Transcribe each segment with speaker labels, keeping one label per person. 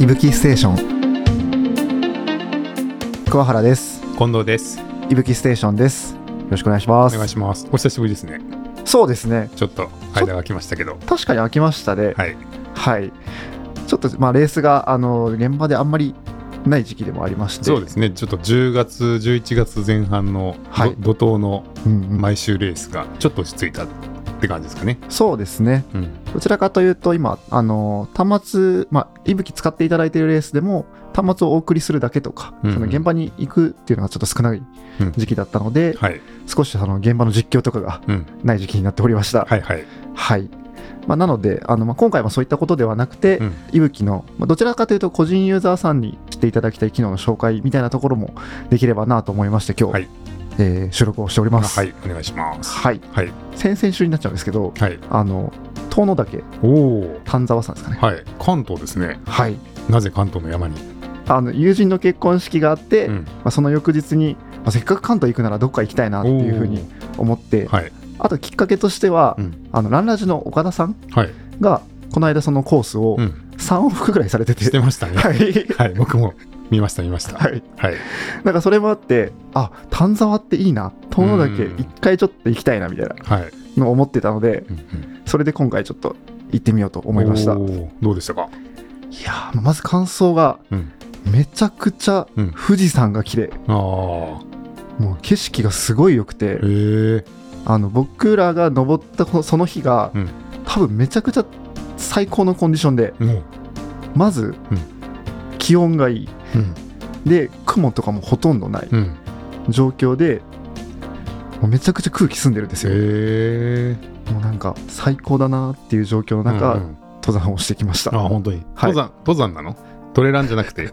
Speaker 1: いぶきステーション桑原です
Speaker 2: 近藤です。
Speaker 1: いぶきステーションですよろしくお願いし
Speaker 2: お
Speaker 1: ます
Speaker 2: 願いします。お久しぶりですね。
Speaker 1: そうですね
Speaker 2: ちょっと間が空きましたけど。
Speaker 1: 確かに飽きましたね
Speaker 2: はい。
Speaker 1: はい、ちょっとまあレースがあの現場であんまりない時期でもありまして
Speaker 2: そうですね。ちょっと10月、11月前半のど、
Speaker 1: はい
Speaker 2: 怒涛の
Speaker 1: うんうん
Speaker 2: 毎週レースがちょっと落ち着いたって感じですかね。
Speaker 1: そうですね
Speaker 2: うん。
Speaker 1: どちらかというと今あの端末まあいぶき使っていただいているレースでも端末をお送りするだけとか、
Speaker 2: うんうん
Speaker 1: その現場に行くっていうのがちょっと少ない
Speaker 2: うん
Speaker 1: 時期だったので、
Speaker 2: はい。
Speaker 1: 少しあの現場の実況とかが
Speaker 2: うん。
Speaker 1: ない時期になっておりました。
Speaker 2: はいはい。
Speaker 1: はいまあ、なのであの、まあ、今回はそういったことではなくて、
Speaker 2: うん
Speaker 1: いぶきの、まあ、どちらかというと個人ユーザーさんに知っていただきたい機能の紹介みたいなところもできればなと思いまして今日、
Speaker 2: はい
Speaker 1: えー収録をしており
Speaker 2: あ
Speaker 1: ます、
Speaker 2: はい。お願いします。
Speaker 1: はい
Speaker 2: はい。
Speaker 1: 先々週になっちゃうんですけど
Speaker 2: はい。
Speaker 1: あの遠野岳
Speaker 2: おお。
Speaker 1: 丹沢さんですかね
Speaker 2: はい。関東ですね。
Speaker 1: はい
Speaker 2: なぜ関東の山に。
Speaker 1: あの友人の結婚式があって、
Speaker 2: うん。
Speaker 1: まあ、その翌日に、まあ、せっかく関東行くならどっか行きたいなっていうふうに思って、
Speaker 2: おーはい。
Speaker 1: あときっかけとしては、
Speaker 2: うん。
Speaker 1: あのランラジの岡田さん
Speaker 2: はい。
Speaker 1: がこの間そのコースを
Speaker 2: うん。
Speaker 1: 3往復ぐらいされてて、
Speaker 2: してましたね。
Speaker 1: はい、
Speaker 2: はい。僕も見ました、見ました。
Speaker 1: はい、
Speaker 2: はい。
Speaker 1: なんかそれもあってあ丹沢っていいな遠野岳
Speaker 2: うん
Speaker 1: 一回ちょっと行きたいなみたいな
Speaker 2: はい。
Speaker 1: のを思ってたので
Speaker 2: うんうん
Speaker 1: それで今回ちょっと行ってみようと思いましたい
Speaker 2: おーどうでしたか
Speaker 1: やーまず感想が
Speaker 2: うん。
Speaker 1: めちゃくちゃ
Speaker 2: うん
Speaker 1: 富士山が綺麗
Speaker 2: ああ。
Speaker 1: もう景色がすごい良くて
Speaker 2: ええ
Speaker 1: あの僕らが登ったこその日が、
Speaker 2: うん
Speaker 1: 多分めちゃくちゃ最高のコンディションで
Speaker 2: も
Speaker 1: まず、
Speaker 2: うん。
Speaker 1: 気温がいいう
Speaker 2: うん。
Speaker 1: で雲とかもほとんどない
Speaker 2: うん。
Speaker 1: 状況でもうめちゃくちゃ空気澄んでるんですよ、
Speaker 2: へえ
Speaker 1: もうなんか最高だなっていう状況の中、
Speaker 2: うんうん
Speaker 1: 登山をしてきました
Speaker 2: あ本当に、
Speaker 1: はい
Speaker 2: 登山登山なのトレランじゃなく て、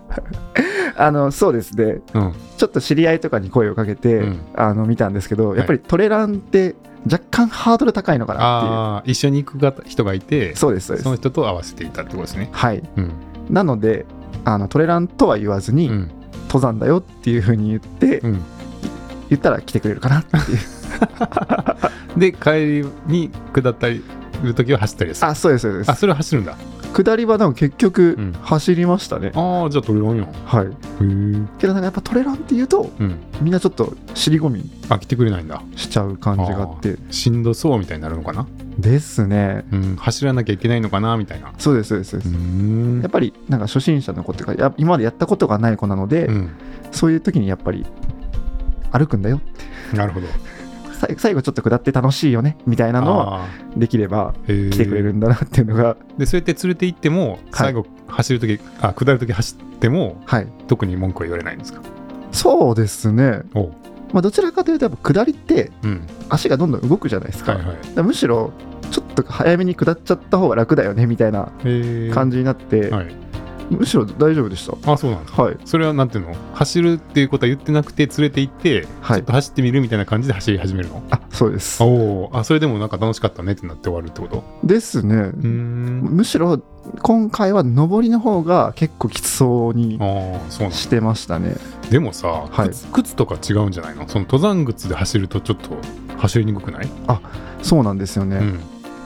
Speaker 1: あのそうですね
Speaker 2: うん、
Speaker 1: ちょっと知り合いとかに声をかけて、
Speaker 2: うん
Speaker 1: あの見たんですけど
Speaker 2: い
Speaker 1: やっぱりトレランって若干ハードル高いのかなっ
Speaker 2: ああ一緒に行く方人がい
Speaker 1: てい
Speaker 2: て
Speaker 1: うそうですそうです
Speaker 2: の人と合わせていたってことですね
Speaker 1: はい
Speaker 2: うん
Speaker 1: なのであのトレランとは言わずに、
Speaker 2: うん
Speaker 1: 登山だよっていうふうに言って、
Speaker 2: うん
Speaker 1: 言ったら来てくれるかな っていう
Speaker 2: で帰りに下ったりる時は走ったりする
Speaker 1: あそうですそうです
Speaker 2: あそれは走るんだ
Speaker 1: 下りはでも結局
Speaker 2: うん
Speaker 1: 走りましたね、
Speaker 2: ああじゃあトレランやんへ
Speaker 1: はい
Speaker 2: え
Speaker 1: けどなんかやっぱトレランっていうと
Speaker 2: うん
Speaker 1: みんなちょっと尻込み
Speaker 2: あ来てくれないんだ
Speaker 1: しちゃう感じがあって
Speaker 2: しんどそうみたいになるのかな、
Speaker 1: ですね
Speaker 2: うん、走らなきゃいけないのかなみたいな
Speaker 1: そうですそうですそうで
Speaker 2: う
Speaker 1: す、
Speaker 2: ーん
Speaker 1: やっぱりなんか初心者の子っていうかや今までやったことがない子なので、
Speaker 2: うん
Speaker 1: そういう時にやっぱり歩くんだよ
Speaker 2: なるほど
Speaker 1: さい最後ちょっと下って楽しいよねみたいなのは
Speaker 2: あ
Speaker 1: できれば
Speaker 2: ーへえ
Speaker 1: 来てくれるんだなっていうのが、
Speaker 2: でそうやって連れて行っても最後走る時、あ下る時走っても
Speaker 1: はい
Speaker 2: 特に文句は言われないんですか
Speaker 1: そうですね、
Speaker 2: おう
Speaker 1: まあ、どちらかというとやっぱ下りって
Speaker 2: うん
Speaker 1: 足がどんどん動くじゃないですか,、
Speaker 2: はいはい
Speaker 1: だからむしろちょっと早めに下っちゃった方が楽だよねみたいな
Speaker 2: えー
Speaker 1: 感じになって、
Speaker 2: はい
Speaker 1: むしろ大丈夫でし
Speaker 2: あそうなんですか
Speaker 1: たはい
Speaker 2: それはなんていうの走るっていうことは言ってなくて連れて行って、
Speaker 1: はい
Speaker 2: ちょっと走ってみるみたいな感じで走り始めるの
Speaker 1: あそうです
Speaker 2: おおあそれでもなんか楽しかったねってなって終わるってこと
Speaker 1: ですね
Speaker 2: うーん
Speaker 1: むしろ今回は上りの方が結構きつそうに
Speaker 2: ああそうなん
Speaker 1: してましたね
Speaker 2: でもさ、
Speaker 1: はい
Speaker 2: 靴靴とか違うんじゃないのその登山靴で走るとちょっと走りにくくない、
Speaker 1: そうなんですよね、
Speaker 2: うん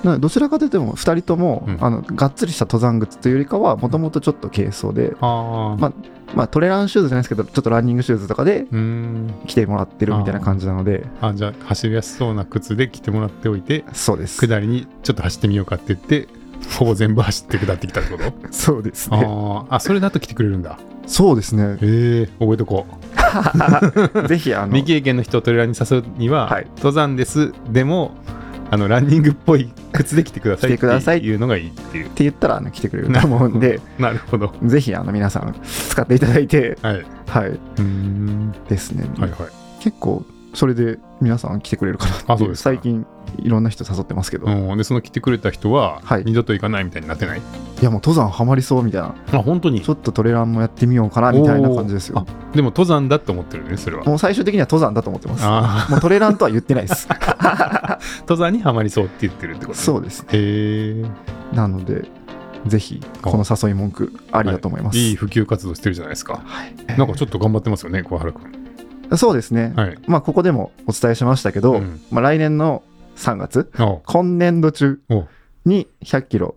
Speaker 1: なのでどちらかというと2人とも、
Speaker 2: うん
Speaker 1: あのがっつりした登山靴というよりかはもともとちょっと軽装で、
Speaker 2: ああ、
Speaker 1: まあまあ、トレランシューズじゃないですけどちょっとランニングシューズとかで
Speaker 2: うーん
Speaker 1: 来てもらってるみたいな感じなので
Speaker 2: あじゃあ走りやすそうな靴で着てもらっておいて
Speaker 1: そうです
Speaker 2: 下りにちょっと走ってみようかって言ってほぼ全部走って下ってきたってこと
Speaker 1: そうですね
Speaker 2: あーあそれだと来てくれるんだ
Speaker 1: そうです ね
Speaker 2: ええ覚えとこう
Speaker 1: ぜひあの
Speaker 2: 未経験の人をトレーラーに誘うには、
Speaker 1: はい
Speaker 2: 登山ですでもあのランニングっぽい靴で来てください
Speaker 1: 来てください
Speaker 2: っていうのがいいっていう
Speaker 1: って言ったらあの来てくれると思うんで
Speaker 2: なるほど
Speaker 1: ぜひあの皆さん使っていただいて
Speaker 2: はいう
Speaker 1: はい
Speaker 2: ーん
Speaker 1: ですね、
Speaker 2: はいはい
Speaker 1: 結構それで皆さん来てくれるかなってい
Speaker 2: あそうですか
Speaker 1: 最近いろんな人誘ってますけど、い
Speaker 2: うん、でその来てくれた人は、
Speaker 1: はい
Speaker 2: 二度と行かないみたいになってない
Speaker 1: やもう登山ハマりそうみたいな
Speaker 2: あ本当に
Speaker 1: ちょっとトレランもやってみようかなみたいな感じですよ
Speaker 2: でも登山だって思ってるねそれは
Speaker 1: もう最終的には登山だと思ってます
Speaker 2: あ
Speaker 1: もうトレランとは言ってないです
Speaker 2: ー 登山にはまり そうって言ってるってこと
Speaker 1: そううです
Speaker 2: へえ
Speaker 1: なのでぜひこの誘い文句ありだと思います、
Speaker 2: いい普及活動してるじゃないですか
Speaker 1: はい
Speaker 2: なんかちょっと頑張ってますよね、小原君。
Speaker 1: そうですね、
Speaker 2: はい。
Speaker 1: まあここでもお伝えしましたけど、
Speaker 2: うん
Speaker 1: まあ、来年の3月
Speaker 2: あお
Speaker 1: 今年度中
Speaker 2: お
Speaker 1: に100キロ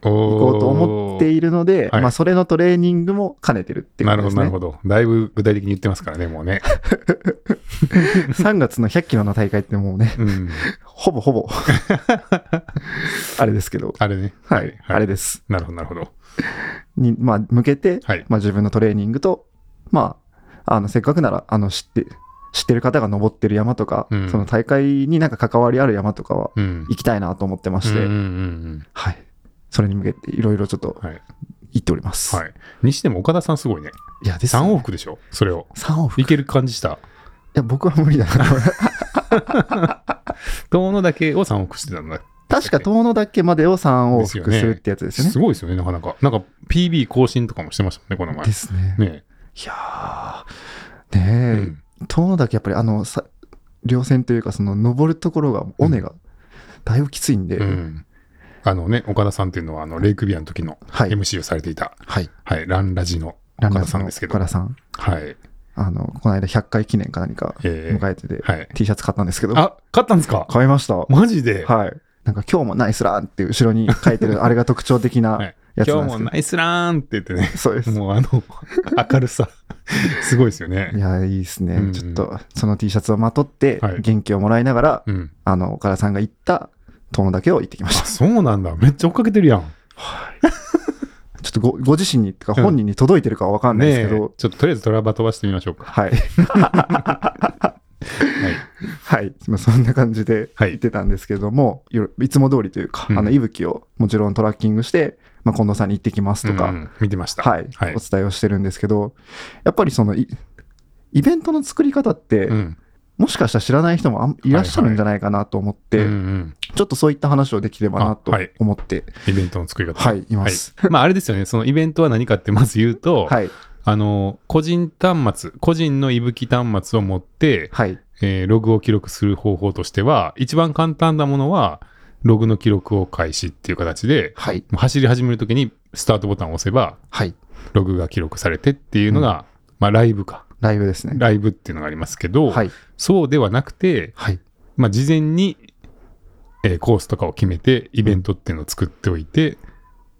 Speaker 2: 行
Speaker 1: こうと思っているので、
Speaker 2: はい
Speaker 1: まあ、それのトレーニングも兼ねてるっていう
Speaker 2: な
Speaker 1: こ
Speaker 2: る
Speaker 1: と
Speaker 2: ほ
Speaker 1: です
Speaker 2: ど、なる
Speaker 1: ね。
Speaker 2: ほど。だいぶ具体的に言ってますからね、もうね。
Speaker 1: 3月の100キロの大会ってもうね、
Speaker 2: うん。
Speaker 1: ほぼほ ぼ、あれですけど、
Speaker 2: あれね。
Speaker 1: はい、あれ
Speaker 2: で。
Speaker 1: です。
Speaker 2: なるほど、なるほど。
Speaker 1: に、まあ、向けて、
Speaker 2: はい。
Speaker 1: まあ、自分のトレーニングと、まあ、あの、せっかくなら、あの、知って、知ってる方が登ってる山とか、
Speaker 2: うん
Speaker 1: その大会になんか関わりある山とかは
Speaker 2: うん。
Speaker 1: 行きたいなと思ってまして、
Speaker 2: うんうんうん
Speaker 1: はい。それに向けていろいろちょっと
Speaker 2: うん。はい。
Speaker 1: 行っております。
Speaker 2: はい。にしても岡田さんすごいね。
Speaker 1: いや、です、
Speaker 2: 3往復でしょ、それを。
Speaker 1: 3往復。
Speaker 2: いける感じした。
Speaker 1: いや、僕は無理だな。
Speaker 2: 遠野だけを3往復してたんだ。
Speaker 1: 確か遠野岳までを3往復
Speaker 2: です
Speaker 1: す
Speaker 2: よね
Speaker 1: るってやつですよね。
Speaker 2: すごいですよね、なかなか。なんか PB 更新とかもしてましたもんね、この前。ね
Speaker 1: ですね。
Speaker 2: え。
Speaker 1: いやーね
Speaker 2: う
Speaker 1: え、
Speaker 2: ん
Speaker 1: 遠野岳やっぱりあの、さ稜線というか、その登るところが、尾根が、だいぶきついんで、
Speaker 2: うん。あのね、岡田さんっていうのは、あの、レイクビアの時の
Speaker 1: はい。
Speaker 2: MC をされていた、
Speaker 1: はい。
Speaker 2: はい、ランラジの岡田さんですけど。
Speaker 1: 岡
Speaker 2: は
Speaker 1: 田さん。
Speaker 2: い。
Speaker 1: あの、この間100回記念か何か
Speaker 2: えー
Speaker 1: 迎えてて、
Speaker 2: はい。
Speaker 1: T シャツ買ったんですけど、
Speaker 2: あ、買ったんですか
Speaker 1: 買いました。
Speaker 2: マジで、
Speaker 1: はい。なんか今日もナイスランって後ろに書いて る、あれが特徴的
Speaker 2: は
Speaker 1: ないやつな
Speaker 2: 今
Speaker 1: んです
Speaker 2: 日も
Speaker 1: けど。
Speaker 2: ナイスラーンって言ってね、
Speaker 1: そうです。
Speaker 2: もうあの、明るさ、 すごいですよね
Speaker 1: い。や、いいですね。
Speaker 2: うんうん
Speaker 1: ちょっと、その T シャツをまとって
Speaker 2: は、い
Speaker 1: 元気をもらいながら、
Speaker 2: うん。
Speaker 1: あの、岡田さんが行った遠野岳を行ってきま
Speaker 2: あ、
Speaker 1: した。
Speaker 2: そうなんだ。めっちゃ追っかけてるやん。
Speaker 1: ちょっとごご自身に、とか
Speaker 2: うん
Speaker 1: 本人に届いてるかはわかんないです
Speaker 2: ねえ、
Speaker 1: け
Speaker 2: ち
Speaker 1: ど
Speaker 2: ょっ、ととりあえずトラバ飛ばしてみましょうか。
Speaker 1: はい。
Speaker 2: はい。
Speaker 1: はい。まあそんな感じで
Speaker 2: はい
Speaker 1: 行ってたんですけども、いろいつも通りというか、
Speaker 2: うん
Speaker 1: あの、息吹をもちろんトラッキングして、まあ、近藤さんに行ってきますとか、
Speaker 2: うんうん見てました。
Speaker 1: はい、
Speaker 2: はい
Speaker 1: お伝えをしてるんですけど、やっぱりそのイ、イベントの作り方って、
Speaker 2: うん。
Speaker 1: もしかしたら知らない人もあんいらっしゃるんじゃないかなと思って、
Speaker 2: うんうん
Speaker 1: ちょっとそういった話をできればなと
Speaker 2: あはい
Speaker 1: 思って、
Speaker 2: イベントの作り方。
Speaker 1: はい、います。
Speaker 2: まあ、あれですよね。そのイベントは何かってまず言うと、
Speaker 1: はい、
Speaker 2: あの、個人端末、個人の息吹端末を持って、
Speaker 1: はい、
Speaker 2: えーログを記録する方法としては、一番簡単なものは、ログの記録を開始っていう形で、
Speaker 1: はい、
Speaker 2: 走り始めるときにスタートボタンを押せば、
Speaker 1: はい、
Speaker 2: ログが記録されてっていうのが、まあ、ライブか。
Speaker 1: ライブですね。
Speaker 2: ライブっていうのがありますけど、
Speaker 1: はい、
Speaker 2: そうではなくて、
Speaker 1: はい、
Speaker 2: まあ、事前に、えーコースとかを決めて、イベントっていうのを作っておいて、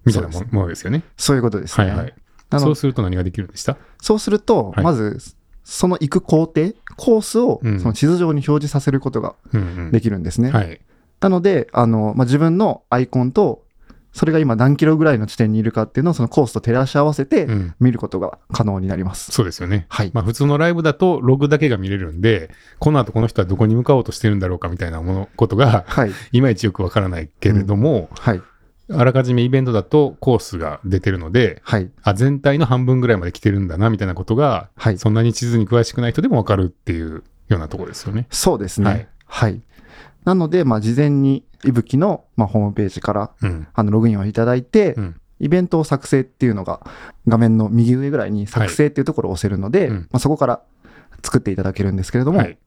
Speaker 2: みたいなも
Speaker 1: そうで
Speaker 2: ものですよね。
Speaker 1: そういうことです
Speaker 2: は
Speaker 1: ね。
Speaker 2: いはい。
Speaker 1: なの
Speaker 2: そう
Speaker 1: そう
Speaker 2: すると何ができるんでした
Speaker 1: すると、
Speaker 2: はい
Speaker 1: まず、その行く工程、コースを
Speaker 2: うん
Speaker 1: その地図上に表示させることが
Speaker 2: うんうん。
Speaker 1: できるんですね。
Speaker 2: はい。
Speaker 1: なので、あの、まあ、自分のアイコンと、それが今何キロぐらいの地点にいるかっていうのをそのコースと照らし合わせて
Speaker 2: うん。
Speaker 1: 見ることが可能になります。
Speaker 2: そうですよね。
Speaker 1: はい。
Speaker 2: まあ、普通のライブだと、ログだけが見れるんで、この後この人はどこに向かおうとしてるんだろうかみたいなもの、ことが、
Speaker 1: はい。
Speaker 2: いまいちよくわからないけれども、
Speaker 1: はい。
Speaker 2: あらかじめイベントだとコースが出てるので、
Speaker 1: はい。
Speaker 2: あ、全体の半分ぐらいまで来てるんだな、みたいなことが、
Speaker 1: はい。
Speaker 2: そんなに地図に詳しくない人でもわかるっていうようなところですよね。
Speaker 1: そうです
Speaker 2: はい
Speaker 1: ね。はい。なので、まあ、事前に、いぶきの、まあ、ホームページから、
Speaker 2: うん。
Speaker 1: あの、ログインをいただいて、
Speaker 2: うん
Speaker 1: イベントを作成っていうのが、画面の右上ぐらいに作成っていうところを押せるので、
Speaker 2: うん
Speaker 1: まあ、そこから作っていただけるんですけれども、
Speaker 2: はい。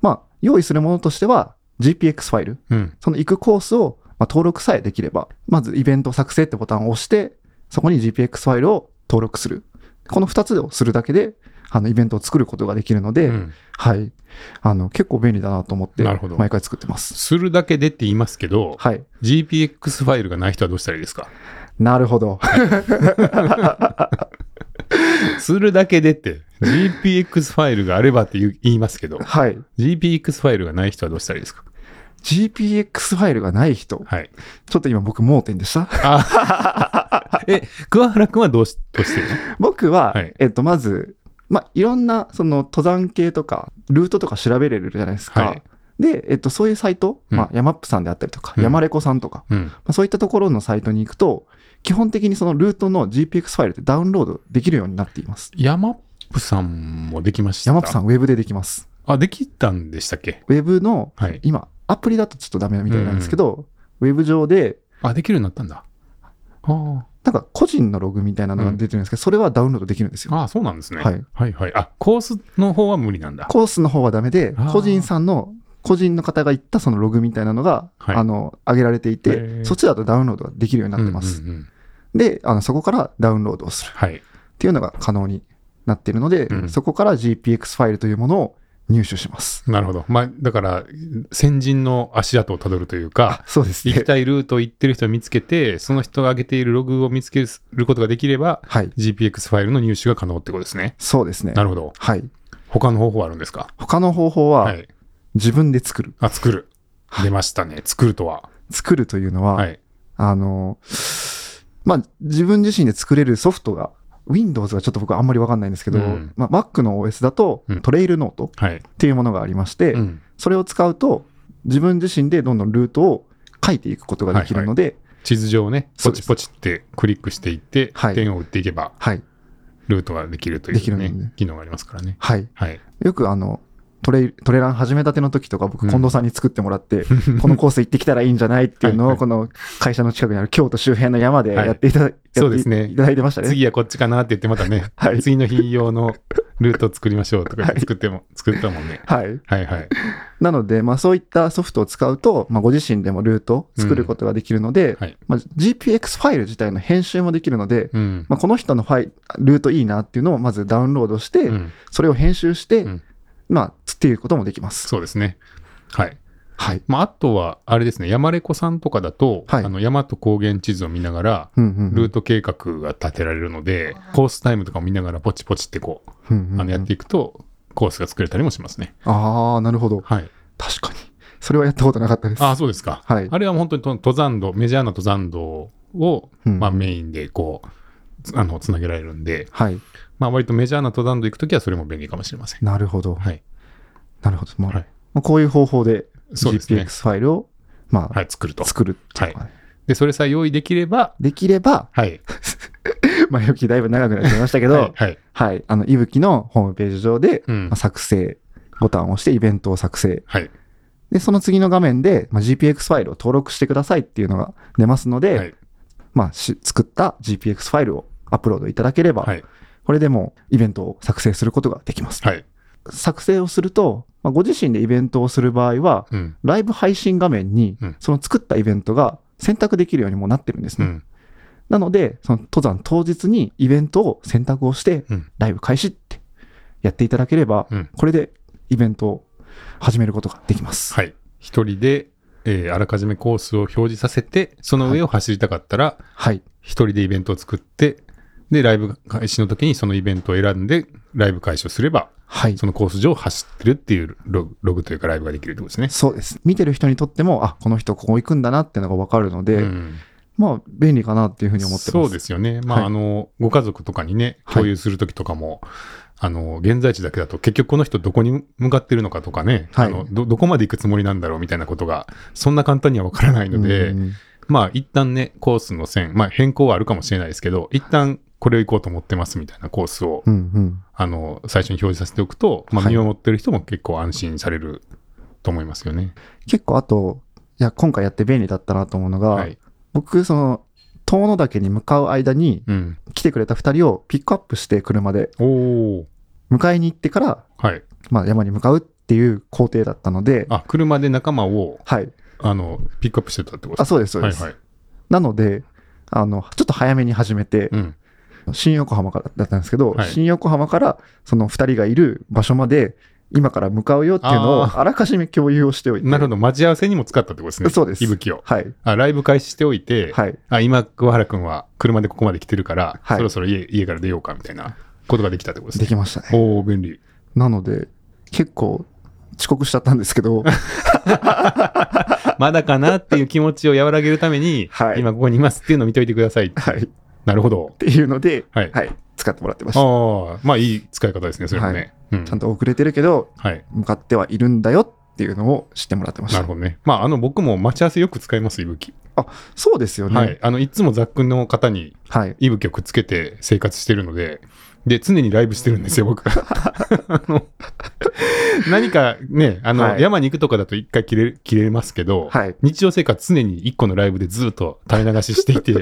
Speaker 1: まあ、用意するものとしては、GPX ファイル、
Speaker 2: うん。
Speaker 1: その行くコースを、まあ、登録さえできれば、まずイベント作成ってボタンを押して、そこに GPX ファイルを登録する。この2つをするだけで、あのイベントを作ることができるので、
Speaker 2: うん
Speaker 1: はい。あの、結構便利だなと思って
Speaker 2: なるほど、
Speaker 1: 毎回作ってます。
Speaker 2: するだけでって言いますけど、
Speaker 1: はい。
Speaker 2: GPX ファイルがない人はどうしたらいいですか
Speaker 1: なるほど。
Speaker 2: するだけでって、GPX ファイルがあればって言う言いますけど、
Speaker 1: はい。
Speaker 2: GPX ファイルがない人はどうしたらいいですか
Speaker 1: GPX ファイルがない人。
Speaker 2: はい。
Speaker 1: ちょっと今僕盲点でした。
Speaker 2: え、桑原くんはどうしどうしてるの
Speaker 1: 僕は、
Speaker 2: はい
Speaker 1: えっと、まず、まあ、いろんな、その、登山系とか、ルートとか調べれるじゃないですか。
Speaker 2: はい
Speaker 1: で、えっと、そういうサイト、
Speaker 2: うん
Speaker 1: まあ、ヤマップさんであったりとか、
Speaker 2: うん
Speaker 1: ヤマレコさんとか、
Speaker 2: うん。
Speaker 1: まあ、そういったところのサイトに行くと、基本的にそのルートの GPX ファイルってダウンロードできるようになっています。
Speaker 2: ヤマップさんもできました。
Speaker 1: ヤマップさ
Speaker 2: ん。
Speaker 1: ん、ウェブでできます。
Speaker 2: あ、できたんでしたっけ
Speaker 1: ウェブの、
Speaker 2: はい。
Speaker 1: 今、アプリだとちょっとダメみたいなんですけど、ウェブ上で、
Speaker 2: あ、できるようになったんだ。あ
Speaker 1: なんか個人のログみたいなのが出てるんですけど、それはダウンロードできるんですよ。
Speaker 2: あ。ああ、そうなんですね。。
Speaker 1: はいい。
Speaker 2: はいはい。あ、コースの方は無理なんだ。
Speaker 1: コースの方はダメで
Speaker 2: あー、
Speaker 1: 個人さんの、個人の方が言ったそのログみたいなのが、
Speaker 2: はい
Speaker 1: あの、上げられてい
Speaker 2: へ
Speaker 1: て、
Speaker 2: ー
Speaker 1: そっちだとダウンロードができるようになってます。
Speaker 2: うんうんうん
Speaker 1: で、あの、そこからダウンロードをする
Speaker 2: はい。
Speaker 1: っていうのが可能になっているので、
Speaker 2: うん
Speaker 1: そこから GPX ファイルというものを入手します。
Speaker 2: なるほど。まあ、だから、先人の足跡をたどるというか、
Speaker 1: そうです
Speaker 2: 行
Speaker 1: ね
Speaker 2: き。たいルートを行ってる人を見つけて、その人が上げているログを見つけることができれば、
Speaker 1: はい。
Speaker 2: GPX ファイルの入手が可能ってことですね。
Speaker 1: そうですね
Speaker 2: な。るほど。
Speaker 1: はい。
Speaker 2: 他の方法はあるんですか
Speaker 1: 他の方法
Speaker 2: は。
Speaker 1: はい自分で作る。
Speaker 2: あ、作る。出ましたね。作るとは。
Speaker 1: 作るというのは、
Speaker 2: はい。
Speaker 1: あの、まあ、自分自身で作れるソフトが、Windows はちょっと僕あんまりわかんないんですけど、
Speaker 2: うん
Speaker 1: まあ、Mac の OS だと
Speaker 2: うん
Speaker 1: トレイルノートっ
Speaker 2: はい。
Speaker 1: ていうものがありまして、
Speaker 2: うん。
Speaker 1: それを使うと自分自身でどんどんルートを書いていくことができるので、
Speaker 2: 地図上をね、
Speaker 1: そう
Speaker 2: ポ
Speaker 1: で
Speaker 2: チ
Speaker 1: す
Speaker 2: ポチってクリックしていって、
Speaker 1: はい
Speaker 2: 点を打っていけば、
Speaker 1: はい、
Speaker 2: ルートができるという、ね、
Speaker 1: できるんでね
Speaker 2: 機能がありますからね。
Speaker 1: はい。
Speaker 2: はい。
Speaker 1: よくあの、トレイトレラン始めたての時とか僕、
Speaker 2: うん
Speaker 1: 近藤さんに作ってもら って、このコース行ってきたらいいんじゃないっていうの
Speaker 2: は
Speaker 1: を、
Speaker 2: いはい
Speaker 1: この会社の近くにある京都周辺の山で
Speaker 2: はい
Speaker 1: やっていただ,、
Speaker 2: そうですね
Speaker 1: いただいてましたね。
Speaker 2: 次はこっちかなって言って、またね、
Speaker 1: はい
Speaker 2: 次の日用のルートを作りましょうとか言って作っても、作ったもんね。
Speaker 1: はい。
Speaker 2: はいはい。
Speaker 1: なので、まあそういったソフトを使うと、まあご自身でもルート作ることができるので、
Speaker 2: はい
Speaker 1: まあ、GPX ファイル自体の編集もできるので、
Speaker 2: うん。
Speaker 1: まあ、この人のファイルートいいなっていうのをまずダウンロードして、
Speaker 2: うん
Speaker 1: それを編集して、
Speaker 2: うん
Speaker 1: まあ、つっていうこともできます。
Speaker 2: そうですね。はい。
Speaker 1: はい。
Speaker 2: まあ、あとは、あれですね、山レコさんとかだと、
Speaker 1: はい
Speaker 2: あの山と高原地図を見ながら、
Speaker 1: うんうんうん
Speaker 2: ルート計画が立てられるので、コースタイムとかも見ながら、ポチポチってこ
Speaker 1: う
Speaker 2: う、
Speaker 1: んうんうん
Speaker 2: あのやっていくと、コースが作れたりもしますね。
Speaker 1: ああ、なるほど。
Speaker 2: はい。
Speaker 1: 確かに。それはやったことなかったです。
Speaker 2: ああ、そうですか。
Speaker 1: はい。
Speaker 2: あれは本当にと登山道、メジャーな登山道を、
Speaker 1: うん
Speaker 2: まあ、メインでこう、つあの、つなげられるんで、
Speaker 1: はい。
Speaker 2: まあ、割とメジャーな登山道行くときはそれも便利かもしれません。
Speaker 1: なるほど。
Speaker 2: はい。
Speaker 1: なるほど。まあ
Speaker 2: はい
Speaker 1: まあこういう方法で
Speaker 2: そうですね
Speaker 1: GPX ファイルを、まあ
Speaker 2: はい、作ると。
Speaker 1: 作るっていうのがね
Speaker 2: で、それさえ用意できれば、
Speaker 1: できれば、
Speaker 2: はい。
Speaker 1: 前置きだいぶ長くなっちゃいましたけど、
Speaker 2: は
Speaker 1: はいい、
Speaker 2: はい。
Speaker 1: あの、いぶきのホームページ上で、
Speaker 2: うん
Speaker 1: まあ。作成ボタンを押してイベントを作成。
Speaker 2: はい。
Speaker 1: で、その次の画面で、まあ、GPX ファイルを登録してくださいっていうのが出ますので、
Speaker 2: はい。
Speaker 1: まあ、し作った GPX ファイルをアップロードいただければ、
Speaker 2: はい。
Speaker 1: これでもうイベントを作成することができます。
Speaker 2: はい。
Speaker 1: 作成をすると、まあ、ご自身でイベントをする場合は、
Speaker 2: うん。
Speaker 1: ライブ配信画面に
Speaker 2: うん、
Speaker 1: その作ったイベントが選択できるようにもなってるんです
Speaker 2: う
Speaker 1: ね。
Speaker 2: ん。
Speaker 1: なので、その登山当日にイベントを選択をして
Speaker 2: うん、
Speaker 1: ライブ開始ってやっていただければ、
Speaker 2: うん
Speaker 1: これでイベントを始めることができます。
Speaker 2: はい。一人で、えーあらかじめコースを表示させて、その上を走りたかったら、
Speaker 1: はい。
Speaker 2: 一人でイベントを作って、で、ライブ開始の時にそのイベントを選んで、ライブ開始をすれば、
Speaker 1: はい。
Speaker 2: そのコース上を走ってるっていうログログというかライブができるってことですね。
Speaker 1: そうです。見てる人にとっても、あ、この人ここ行くんだなっていうのがわかるので、
Speaker 2: うん
Speaker 1: まあ、便利かなっていうふうに思ってます。
Speaker 2: そうですよね。まあ、
Speaker 1: はい
Speaker 2: あの、ご家族とかにね、
Speaker 1: はい
Speaker 2: 共有するときとかも、あの、現在地だけだと、結局この人どこに向かってるのかとかね、
Speaker 1: はい
Speaker 2: あのど、どこまで行くつもりなんだろうみたいなことが、そんな簡単にはわからないので、
Speaker 1: うん
Speaker 2: まあ、一旦ね、コースの線、まあ、変更はあるかもしれないですけど、一旦これを行こうと思ってますみたいなコースを、
Speaker 1: うんうん。
Speaker 2: あの、最初に表示させておくと、まあ、
Speaker 1: はい
Speaker 2: 見守ってる人も結構安心されると思いますよね。
Speaker 1: 結構、あと、いや、今回やって便利だったなと思うのが、
Speaker 2: はい。
Speaker 1: 僕、その、遠野岳に向かう間に、
Speaker 2: うん。
Speaker 1: 来てくれた2人をピックアップして車で
Speaker 2: おお
Speaker 1: 迎えに行ってから、
Speaker 2: はい。
Speaker 1: まあ、山に向かうっていう工程だったので、
Speaker 2: あ、車で仲間を、
Speaker 1: はい。
Speaker 2: あの、ピックアップしてたってこと
Speaker 1: あ、
Speaker 2: です
Speaker 1: そうです、そう
Speaker 2: か
Speaker 1: です。
Speaker 2: はいはい。
Speaker 1: なので、あの、ちょっと早めに始めて、
Speaker 2: うん。
Speaker 1: 新横浜からだったんですけど、
Speaker 2: はい
Speaker 1: 新横浜からその2人がいる場所まで、今から向かうよっていうの
Speaker 2: あ
Speaker 1: をあらかじめ共有をしておいて。
Speaker 2: なるほど。待ち合わせにも使ったってことですね。
Speaker 1: そうです
Speaker 2: 息吹を。
Speaker 1: はい。
Speaker 2: あ、ライブ開始しておいて、
Speaker 1: はい。
Speaker 2: あ、今、桑原くんは車でここまで来てるから、
Speaker 1: はい
Speaker 2: そろそろ家家から出ようかみたいなことができたってことです
Speaker 1: で
Speaker 2: ね。
Speaker 1: きましたね。
Speaker 2: おお便利。
Speaker 1: なので、結構遅刻しちゃったんですけ ど、
Speaker 2: まだかなっていう気持ちを和らげるために、
Speaker 1: はい
Speaker 2: 今ここにいますっていうのを見ておいてください。
Speaker 1: はい。っ
Speaker 2: なるほど。
Speaker 1: ていうので、
Speaker 2: はい
Speaker 1: はい。使ってもらってました。
Speaker 2: ああ、まあいい使い方ですね、それもね。うん
Speaker 1: ちゃんと遅れてるけど、
Speaker 2: はい。
Speaker 1: 向かってはいるんだよっていうのを知ってもらってまし
Speaker 2: な
Speaker 1: た。
Speaker 2: るほどね。まあ、あの、僕も待ち合わせよく使います、いぶき。
Speaker 1: そうですよね。
Speaker 2: はい。。あの、いつもザックンの方に
Speaker 1: はい。
Speaker 2: 息吹をくっつけて生活してるので、で、常にライブしてるんですよ、 僕。あの何かね、あの、
Speaker 1: はい
Speaker 2: 山に行くとかだと一回切れ切れますけど、
Speaker 1: はい
Speaker 2: 日常生活常に一個のライブでずっと垂れ流ししてい て、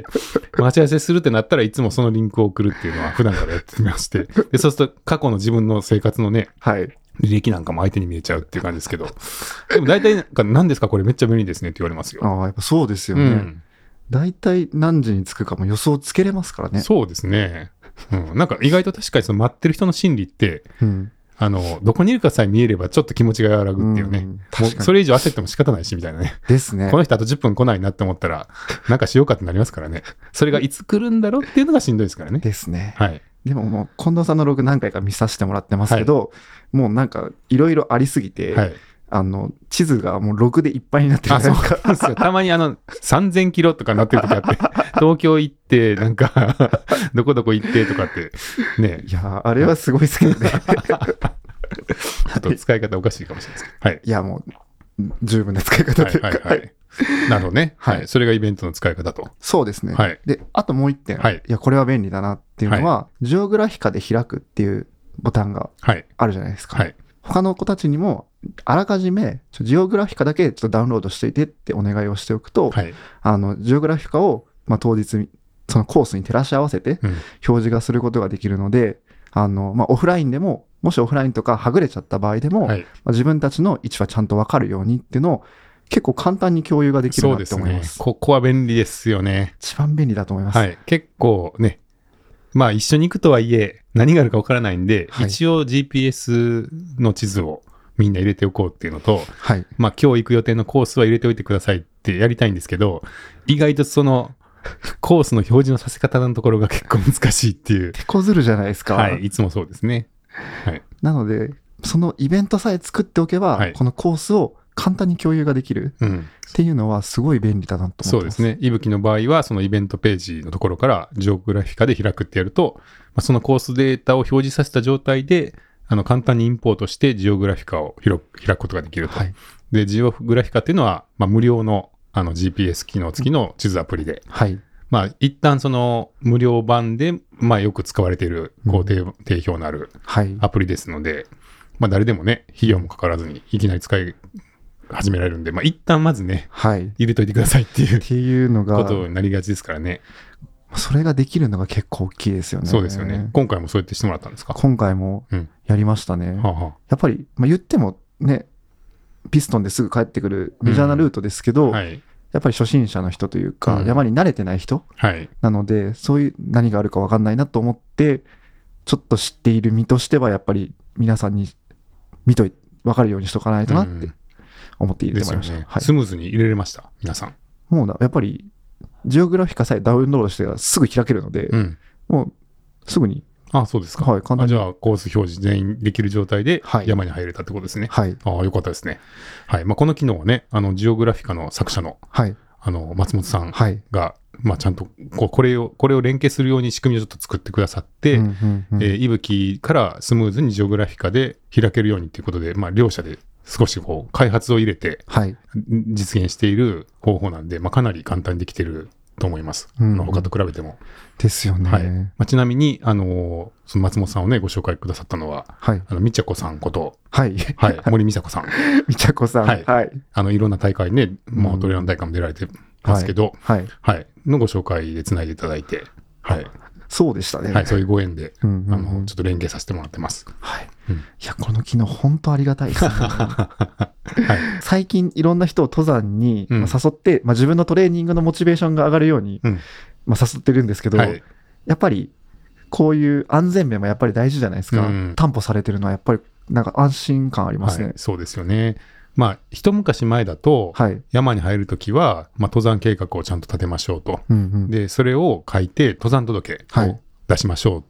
Speaker 2: 待ち合わせするってなったらいつもそのリンクを送るっていうのは普段からやってまして、で、そうすると過去の自分の生活のね、
Speaker 1: はい。
Speaker 2: 履歴なんかも相手に見えちゃうっていう感じですけど、 でも大体なんか、何ですかこれめっちゃ便利ですねって言われますよ。
Speaker 1: ああ、やっぱそうですよ
Speaker 2: う
Speaker 1: ね。
Speaker 2: ん
Speaker 1: 大体、何時に着くかも予想つけれますからね。
Speaker 2: そうですね。うん、なんか意外と確かにその待ってる人の心理って、
Speaker 1: うん。
Speaker 2: あの、どこにいるかさえ見えればちょっと気持ちが和らぐっていうね。
Speaker 1: うん
Speaker 2: もう
Speaker 1: 確かに
Speaker 2: それ以上焦っても仕方ないし、みたいなね。
Speaker 1: ですね
Speaker 2: こ。の人あと10分来ないなって思ったら、なんかしようかってなりますからね。それがいつ来るんだろうっていうのがしんどいですからね。
Speaker 1: ですね。
Speaker 2: はい。
Speaker 1: でももう、近藤さんのログ何回か見させてもらってますけど、もうなんか、いろいろありすぎて、
Speaker 2: はい。
Speaker 1: あの、地図がもうログでいっぱいになってる
Speaker 2: あ、
Speaker 1: じ
Speaker 2: そ
Speaker 1: ゃ
Speaker 2: う
Speaker 1: ないですか。
Speaker 2: なんですよ。 たまにあの、3000キロとかなってる時あって、 東京行って、なんか、 どこどこ行ってとかって、ね、
Speaker 1: いやー、あれはすごいですけど ね。
Speaker 2: ちょっと使い方おかしいかもしれないですけど。はい。
Speaker 1: いや、もう、十分な使い方
Speaker 2: は
Speaker 1: とい
Speaker 2: いう
Speaker 1: か、
Speaker 2: はいはい。なるほどね。
Speaker 1: はい
Speaker 2: はい。それがイベントの使い方と。
Speaker 1: そうですね。
Speaker 2: はい。
Speaker 1: で、あともう一点、
Speaker 2: はい
Speaker 1: い、や、これは便利だなっていうのは、ジオグラフィカで開くっていうボタンが
Speaker 2: はい。
Speaker 1: あるじゃないですか。
Speaker 2: はい。
Speaker 1: 他の子たちにも、あらかじめ、ちょジオグラフィカだけちょっとダウンロードしていてってお願いをしておくと、
Speaker 2: はい。
Speaker 1: あの、ジオグラフィカを、まあ、当日、そのコースに照らし合わせて
Speaker 2: うん
Speaker 1: 表示がすることができるので、あの、まあ、オフラインでも、もしオフラインとかはぐれちゃった場合でも、
Speaker 2: はい。
Speaker 1: まあ自分たちの位置はちゃんとわかるようにっていうのを結構簡単に共有ができる
Speaker 2: そ
Speaker 1: な
Speaker 2: う
Speaker 1: っ
Speaker 2: で
Speaker 1: て
Speaker 2: す
Speaker 1: 思い
Speaker 2: ね
Speaker 1: ま。す。
Speaker 2: ここは便利ですよね。
Speaker 1: 一番便利だと思います。
Speaker 2: はい。結構ね、まあ一緒に行くとはいえ、何があるかわからないんで、
Speaker 1: はい
Speaker 2: 一応 GPS の地図をみんな入れておこうっていうのと、
Speaker 1: はい。
Speaker 2: まあ今日行く予定のコースは入れておいてくださいってやりたいんですけど、意外とその、コースの表示のさせ方のところが結構難しいっ ていう。
Speaker 1: 手こずるじゃないですか。
Speaker 2: はい。いつもそうですね。
Speaker 1: なので、そのイベントさえ作っておけば、
Speaker 2: はい
Speaker 1: このコースを簡単に共有ができる
Speaker 2: うん。
Speaker 1: っていうのはすごい便利だなと
Speaker 2: そ
Speaker 1: 思っ
Speaker 2: う
Speaker 1: て
Speaker 2: で
Speaker 1: ます。
Speaker 2: す。ね。いぶきの場合は、そのイベントページのところから、ジオグラフィカで開くってやると、まあ、そのコースデータを表示させた状態で、あの簡単にインポートして、ジオグラフィカを開く開くことができると。
Speaker 1: はい。
Speaker 2: で、ジオグラフィカっていうのは、まあ、無料のあの GPS 機能付きの地図アプリで、
Speaker 1: はい。
Speaker 2: まあ、一旦その無料版で、まあ、よく使われている、こう、定定評のある
Speaker 1: はい。
Speaker 2: アプリですので、まあ、誰でもね、費用もかからずに、いきなり使い始められるんで、まあ、一旦まずね、
Speaker 1: はい。っ
Speaker 2: 入れといてくださいっていう
Speaker 1: ていうの
Speaker 2: こ
Speaker 1: が、
Speaker 2: とになりがちですからね。
Speaker 1: それができるのが結構大きいですよね。
Speaker 2: そうですよね。。今回もそうやってしてもらったんですか。は
Speaker 1: 今回も
Speaker 2: うん
Speaker 1: やりましたね。
Speaker 2: あは
Speaker 1: やっぱり、まあ、言ってもね、ピストンですぐ帰ってくるメジャーなルートですけ
Speaker 2: あ
Speaker 1: ど、
Speaker 2: はい。
Speaker 1: やっぱり初心者の人というか、
Speaker 2: うん
Speaker 1: 山に慣れてない人
Speaker 2: はい。
Speaker 1: なので、そういう何があるか分かんないなと思って、ちょっと知っている身としては、やっぱり皆さんに見とい分かるようにしとかないとなっ
Speaker 2: う
Speaker 1: て
Speaker 2: ん
Speaker 1: 思って入れ
Speaker 2: で
Speaker 1: ても
Speaker 2: す
Speaker 1: ら
Speaker 2: よ
Speaker 1: いました。
Speaker 2: ね。
Speaker 1: はい
Speaker 2: ス、ムーズに入れれました。皆さん。
Speaker 1: もうなやっぱり、ジオグラフィカさえダウンロードしてからすぐ開けるので、
Speaker 2: うん。
Speaker 1: もうすぐに、
Speaker 2: あそうですか。
Speaker 1: はい、簡
Speaker 2: あ
Speaker 1: 単
Speaker 2: じ
Speaker 1: に。
Speaker 2: ゃあ、コース表示全員できる状態で
Speaker 1: はい
Speaker 2: 山に入れたってことですね。
Speaker 1: はい、
Speaker 2: ああ、よかったですね。はい。まあ、この機能はね、あの、ジオグラフィカの作者の、
Speaker 1: はい、
Speaker 2: あの、松本さん
Speaker 1: はい。
Speaker 2: が、まあ、ちゃんと、こう、これを、これを連携するように仕組みをちょっと作ってくださって、
Speaker 1: うんうんうん
Speaker 2: えー、いぶきからスムーズにジオグラフィカで開けるようにということで、まあ、両者で少しこう、開発を入れて、
Speaker 1: はい。
Speaker 2: 実現している方法なんで、まあ、かなり簡単にできてると思います。
Speaker 1: うん
Speaker 2: まあ他と比べても。
Speaker 1: ですよね。
Speaker 2: はいまあ、ちなみに、あのーその松本さんをね、ご紹介くださったのは、
Speaker 1: はい。
Speaker 2: あの、みちゃこさんこと、
Speaker 1: はい。
Speaker 2: はい、森美ちゃこさん。
Speaker 1: みちゃこさん。
Speaker 2: は
Speaker 1: はいい。はい。
Speaker 2: あの、いろんな大会にね、まあ、
Speaker 1: うん
Speaker 2: トレラン大会も出られてますけど、はい、のご紹介でつないでいただいて、はい、
Speaker 1: そうでしたね。
Speaker 2: はい、そういうご縁で、
Speaker 1: うんうん
Speaker 2: あ
Speaker 1: うん
Speaker 2: の、ちょっと連携させてもらっ てます。
Speaker 1: はい。
Speaker 2: うん
Speaker 1: いや、この機能、本当ありがたい ですね。
Speaker 2: はい。
Speaker 1: 最近、いろんな人を登山に
Speaker 2: うん
Speaker 1: まあ誘って、まあ、自分のトレーニングのモチベーションが上がるように、
Speaker 2: うん
Speaker 1: まあ、誘ってるんですけど、
Speaker 2: はい。
Speaker 1: やっぱり、こういう安全面もやっぱり大事じゃないですか。
Speaker 2: うん
Speaker 1: 担保されてるのは、やっぱり、なんか安心感あります
Speaker 2: は
Speaker 1: ね
Speaker 2: い。そうですよね。まあ、一昔前だと、
Speaker 1: はい。
Speaker 2: 山に入るときは、まあ、登山計画をちゃんと立てましょうと。
Speaker 1: うんうん。
Speaker 2: で、それを書いて、登山届
Speaker 1: は
Speaker 2: を
Speaker 1: い
Speaker 2: 出しましょうっ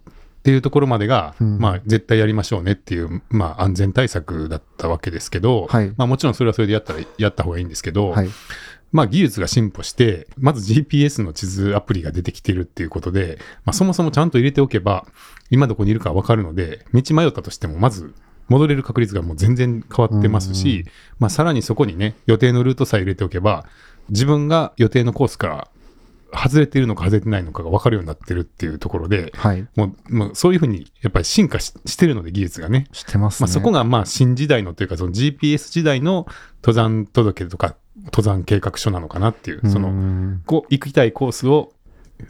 Speaker 2: ていうところまでが、
Speaker 1: うん
Speaker 2: まあ、絶対やりましょうねっていう、まあ、安全対策だったわけですけど、
Speaker 1: はい
Speaker 2: まあ、もちろんそれはそれでやったら、やった方がいいんですけど、
Speaker 1: はい。
Speaker 2: まあ、技術が進歩して、まず GPS の地図アプリが出てきてるっていうことで、まあ、そもそもちゃんと入れておけば、今どこにいるかわかるので、道迷ったとしても、まず、戻れる確率がもう全然変わってますし、
Speaker 1: う
Speaker 2: まあ、さらにそこにね、予定のルートさえ入れておけば、自分が予定のコースから外れているのか外れてないのかが分かるようになってるっていうところで、
Speaker 1: はい。
Speaker 2: もう、もうそういうふうにやっぱり進化ししてるので技術がね。
Speaker 1: してます
Speaker 2: ま
Speaker 1: ね。
Speaker 2: あ、そこがまあ新時代のというか、その GPS 時代の登山届とか登山計画書なのかなっていう、その、
Speaker 1: の、
Speaker 2: こう行きたいコースを、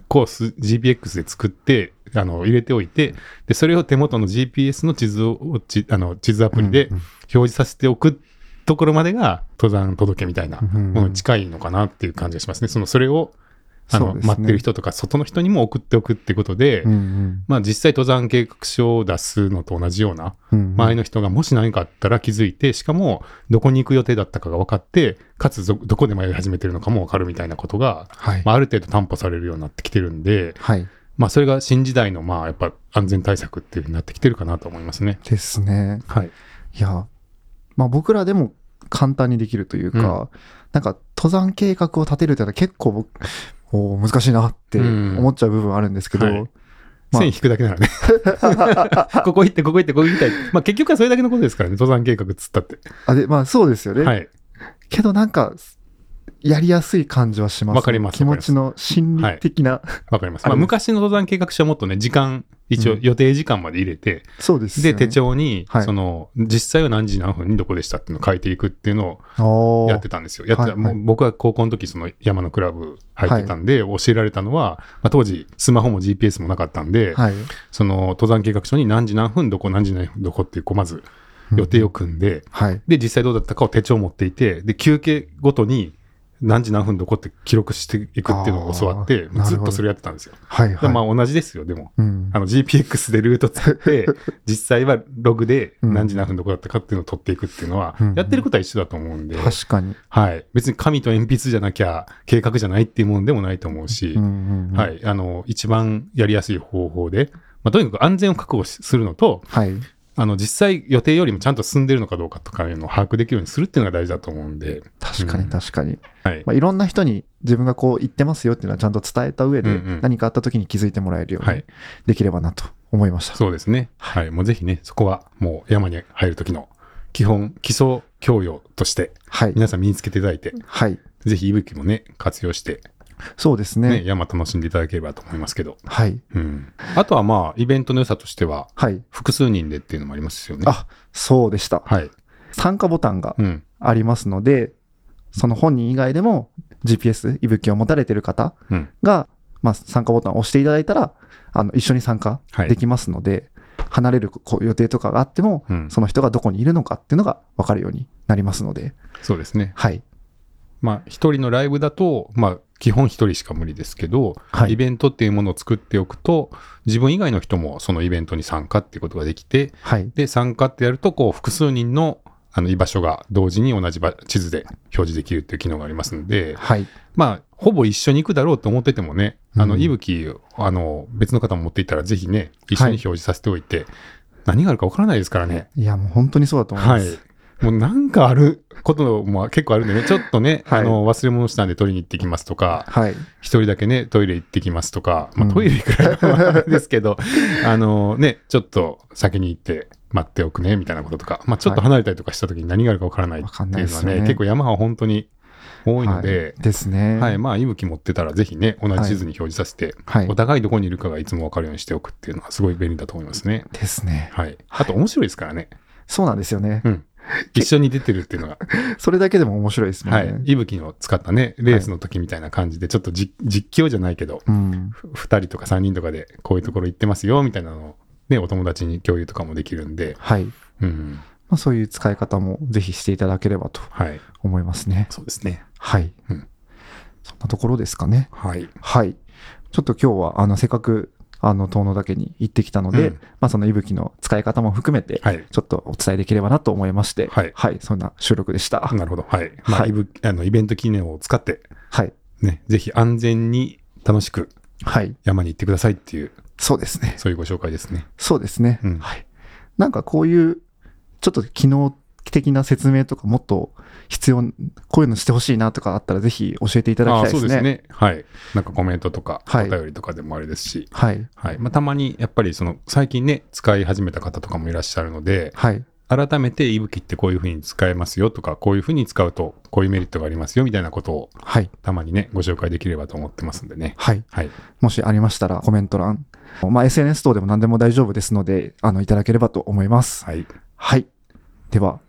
Speaker 2: コース GPX で作って、あの、入れておいて、で、それを手元の GPS の地図を、ちあの、地図アプリで
Speaker 1: うんうん
Speaker 2: 表示させておくところまでが登山届みたいな
Speaker 1: うん
Speaker 2: ものに近いのかなっていう感じがしますね。その、それを、あの、
Speaker 1: そうですね
Speaker 2: 待ってる人とか外の人にも送っておくってことで、
Speaker 1: うんうん
Speaker 2: まあ実際登山計画書を出すのと同じような、
Speaker 1: うん
Speaker 2: 周りの人がもし何かあったら気づいて、しかもどこに行く予定だったかが分かって、かつどどこで迷い始めてるのかも分かるみたいなことが、
Speaker 1: はい。
Speaker 2: まあ、ある程度担保されるようになってきてるんで、
Speaker 1: はい。
Speaker 2: まあそれが新時代のまあやっぱ安全対策っていうふうになってきてるかなと思いますね。
Speaker 1: ですね。
Speaker 2: はい。
Speaker 1: いや、まあ僕らでも簡単にできるというか、なんか登山計画を立てるってのは結構僕、おー難しいなって
Speaker 2: うん
Speaker 1: 思っちゃう部分あるんですけど、
Speaker 2: はい
Speaker 1: まあ
Speaker 2: 線引くだ けならね。ここ行って、ここ行って、ここ行きたい。まあ結局はそれだけのことですからね、登山計画っつったって。
Speaker 1: あでまあそうですよね。
Speaker 2: はい。
Speaker 1: けどなんか、やりやすい感じはします、
Speaker 2: わかります
Speaker 1: 気持ちの心理的な、
Speaker 2: わかります。
Speaker 1: あ
Speaker 2: ま
Speaker 1: れです
Speaker 2: あ昔の登山計画書はもっとね、時間、一応
Speaker 1: うん
Speaker 2: 予定時間まで入れて、
Speaker 1: そうです
Speaker 2: で、
Speaker 1: よね。
Speaker 2: 手帳に、
Speaker 1: はい
Speaker 2: その、実際は何時何分にどこでしたっていうのを書いていくっていうの
Speaker 1: お
Speaker 2: を
Speaker 1: ー
Speaker 2: やってたんですよ。やってた
Speaker 1: はいはい
Speaker 2: もう僕は高校の時、その山のクラブ入ってたんで、教えられたのは、まあ、当時、スマホも GPS もなかったんで、
Speaker 1: はい。
Speaker 2: その、登山計画書に何時何分どこ、何時何分どこっていう、こう、まず予定を組んで、
Speaker 1: はい。
Speaker 2: で、実際どうだったかを手帳を持っていて、で、休憩ごとに何時何分どこって記録していくっていうのを教わって
Speaker 1: あー、
Speaker 2: ずっとそれやってたんですよ。
Speaker 1: はい。
Speaker 2: で
Speaker 1: はい。
Speaker 2: まあ同じですよ、でも。
Speaker 1: うん
Speaker 2: あの GPX でルート作 って、実際はログで
Speaker 1: うん
Speaker 2: 何時何分どこだったかっていうのを取っていくっていうのは
Speaker 1: うん、
Speaker 2: やってることは一緒だと思うんで、
Speaker 1: 確かに。
Speaker 2: はい。別に紙と鉛筆じゃなきゃ計画じゃないっていうものでもないと思うし
Speaker 1: う、んうんうん
Speaker 2: はい。あの、一番やりやすい方法で、まあとにかく安全を確保しするのと、
Speaker 1: はい。
Speaker 2: あの、実際予定よりもちゃんと進んでるのかどうかとかいうのを把握できるようにするっていうのが大事だと思うんで、
Speaker 1: 確か
Speaker 2: う
Speaker 1: に
Speaker 2: ん
Speaker 1: 確かに。
Speaker 2: はい。
Speaker 1: まあ、いろんな人に自分がこう言ってますよっていうのはちゃんと伝えた上
Speaker 2: うん
Speaker 1: で
Speaker 2: うん
Speaker 1: 何かあった時に気づいてもらえるよう
Speaker 2: は
Speaker 1: に
Speaker 2: い
Speaker 1: できればなと思いました。
Speaker 2: そうですね。はい。もうぜひね、そこはもう山に入る時の基本、基礎教養として、
Speaker 1: はい。
Speaker 2: 皆さん身につけていただいて、
Speaker 1: はい。
Speaker 2: ぜひ息吹もね、活用して、
Speaker 1: そうですね。
Speaker 2: ね、山楽しんでいただければと思いますけど。
Speaker 1: はい。
Speaker 2: うん。あとはまあ、イベントの良さとしては、
Speaker 1: はい。
Speaker 2: 複数人でっていうのもありますよね。
Speaker 1: あ、そうでした。
Speaker 2: はい。
Speaker 1: 参加ボタンが
Speaker 2: うん。
Speaker 1: ありますので、その本人以外でも GPS、息吹を持たれてる方
Speaker 2: うん。
Speaker 1: が、まあ、参加ボタンを押していただいたら、あの、一緒に参加
Speaker 2: はい
Speaker 1: できますので、離れるこう予定とかがあっても、
Speaker 2: うん。
Speaker 1: その人がどこにいるのかっていうのが分かるようになりますので、
Speaker 2: そうですね。
Speaker 1: はい。
Speaker 2: まあ、一人のライブだと、まあ、基本一人しか無理ですけど、
Speaker 1: はい
Speaker 2: イベントっていうものを作っておくと、自分以外の人もそのイベントに参加っていうことができて、
Speaker 1: はい。
Speaker 2: で、参加ってやると、こう、複数人の、あの、居場所が同時に同じ場地図で表示できるっていう機能がありますので、
Speaker 1: はい。
Speaker 2: まあ、ほぼ一緒に行くだろうと思っててもね、あ
Speaker 1: う
Speaker 2: の、
Speaker 1: ん
Speaker 2: いぶき、あの、別の方も持っていたら、ぜひね、一緒に表示させておいて、何があるかわからないですからね。
Speaker 1: いや、もう本当にそうだと思い
Speaker 2: は
Speaker 1: ま
Speaker 2: い
Speaker 1: す。。
Speaker 2: もうなんかあることも結構ある んでね、ちょっとね、
Speaker 1: はい
Speaker 2: あの、忘れ物したんで取りに行ってきますとか、
Speaker 1: はい。
Speaker 2: 一人だけね、トイレ行ってきますとか、ま
Speaker 1: う
Speaker 2: あ
Speaker 1: ん
Speaker 2: トイレ行くらいはあれですけど、 あのね、ちょっと先に行って待っておくね、みたいなこととか、まあちょっと離れたりとかした時に何があるかわからないって
Speaker 1: わかんない
Speaker 2: いう
Speaker 1: で
Speaker 2: のは
Speaker 1: すよ
Speaker 2: ね、
Speaker 1: ね
Speaker 2: 結構山は本当に多いので、
Speaker 1: はいですね。
Speaker 2: はい、まあ、息吹持ってたら、ぜひね、同じ地図に表示させて、
Speaker 1: はい
Speaker 2: お。互いどこにいるかがいつも分かるようにしておくっていうのは、すごい便利だと思いますね。
Speaker 1: ですね。
Speaker 2: はい。あと、面白いですからね。
Speaker 1: そうなんですよね。
Speaker 2: うん。一緒に出てるっていうのが、
Speaker 1: それだけでも面白いですもん
Speaker 2: は
Speaker 1: ね。
Speaker 2: い。息吹の使ったね、レースの時みたいな感じで、ちょっとじ実況じゃないけど、
Speaker 1: うん。
Speaker 2: 2人とか3人とかで、こういうところ行ってますよ、みたいなのを、ね、お友達に共有とかもできるんで、
Speaker 1: はい。ま
Speaker 2: うん。
Speaker 1: あ、そういう使い方もぜひしていただければと
Speaker 2: はい。
Speaker 1: 思いますね。
Speaker 2: そうですね。
Speaker 1: はい。
Speaker 2: うん
Speaker 1: そんなところですかね。
Speaker 2: はい。
Speaker 1: はい。ちょっと今日は、あの、せっかく、あの、遠野岳に行ってきたので、
Speaker 2: うん
Speaker 1: まあ、その息吹の使い方も含めて、
Speaker 2: はい。
Speaker 1: ちょっとお伝えできればなと思いまして、
Speaker 2: はい
Speaker 1: そんな収録でした。
Speaker 2: なるほど。はい。まあ、
Speaker 1: はい
Speaker 2: いぶあのイベント記念を使って、
Speaker 1: はい。
Speaker 2: ね、ぜひ安全に楽しく
Speaker 1: はい。
Speaker 2: 山に行ってくださいっていう、
Speaker 1: そうですね。
Speaker 2: そういうご紹介ですね。
Speaker 1: そうですね。
Speaker 2: うん
Speaker 1: はい。なんかこういう、ちょっと機能的な説明とかもっと必要、こういうのしてほしいなとかあったらぜひ教えていただき
Speaker 2: あ
Speaker 1: た
Speaker 2: あ
Speaker 1: いですね。
Speaker 2: そうですね。はい。なんかコメントとか、
Speaker 1: はい
Speaker 2: お便りとかでもあれですし、
Speaker 1: はい。
Speaker 2: はい。まあ、たまに、やっぱりその、最近ね、使い始めた方とかもいらっしゃるので、
Speaker 1: はい。
Speaker 2: 改めて、いぶきってこういうふうに使えますよとか、こういうふうに使うと、こういうメリットがありますよみたいなことを、
Speaker 1: はい。
Speaker 2: たまにね、ご紹介できればと思ってますんでね。
Speaker 1: はい。
Speaker 2: はい。
Speaker 1: もしありましたらコメント欄、まあ、SNS 等でも何でも大丈夫ですので、あの、いただければと思います。
Speaker 2: はい。
Speaker 1: はい。では、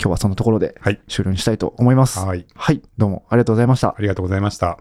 Speaker 1: 今日はそのところで
Speaker 2: はい
Speaker 1: 終了にしたいと思います。
Speaker 2: はい。
Speaker 1: はい。どうもありがとうございました。
Speaker 2: ありがとうございました。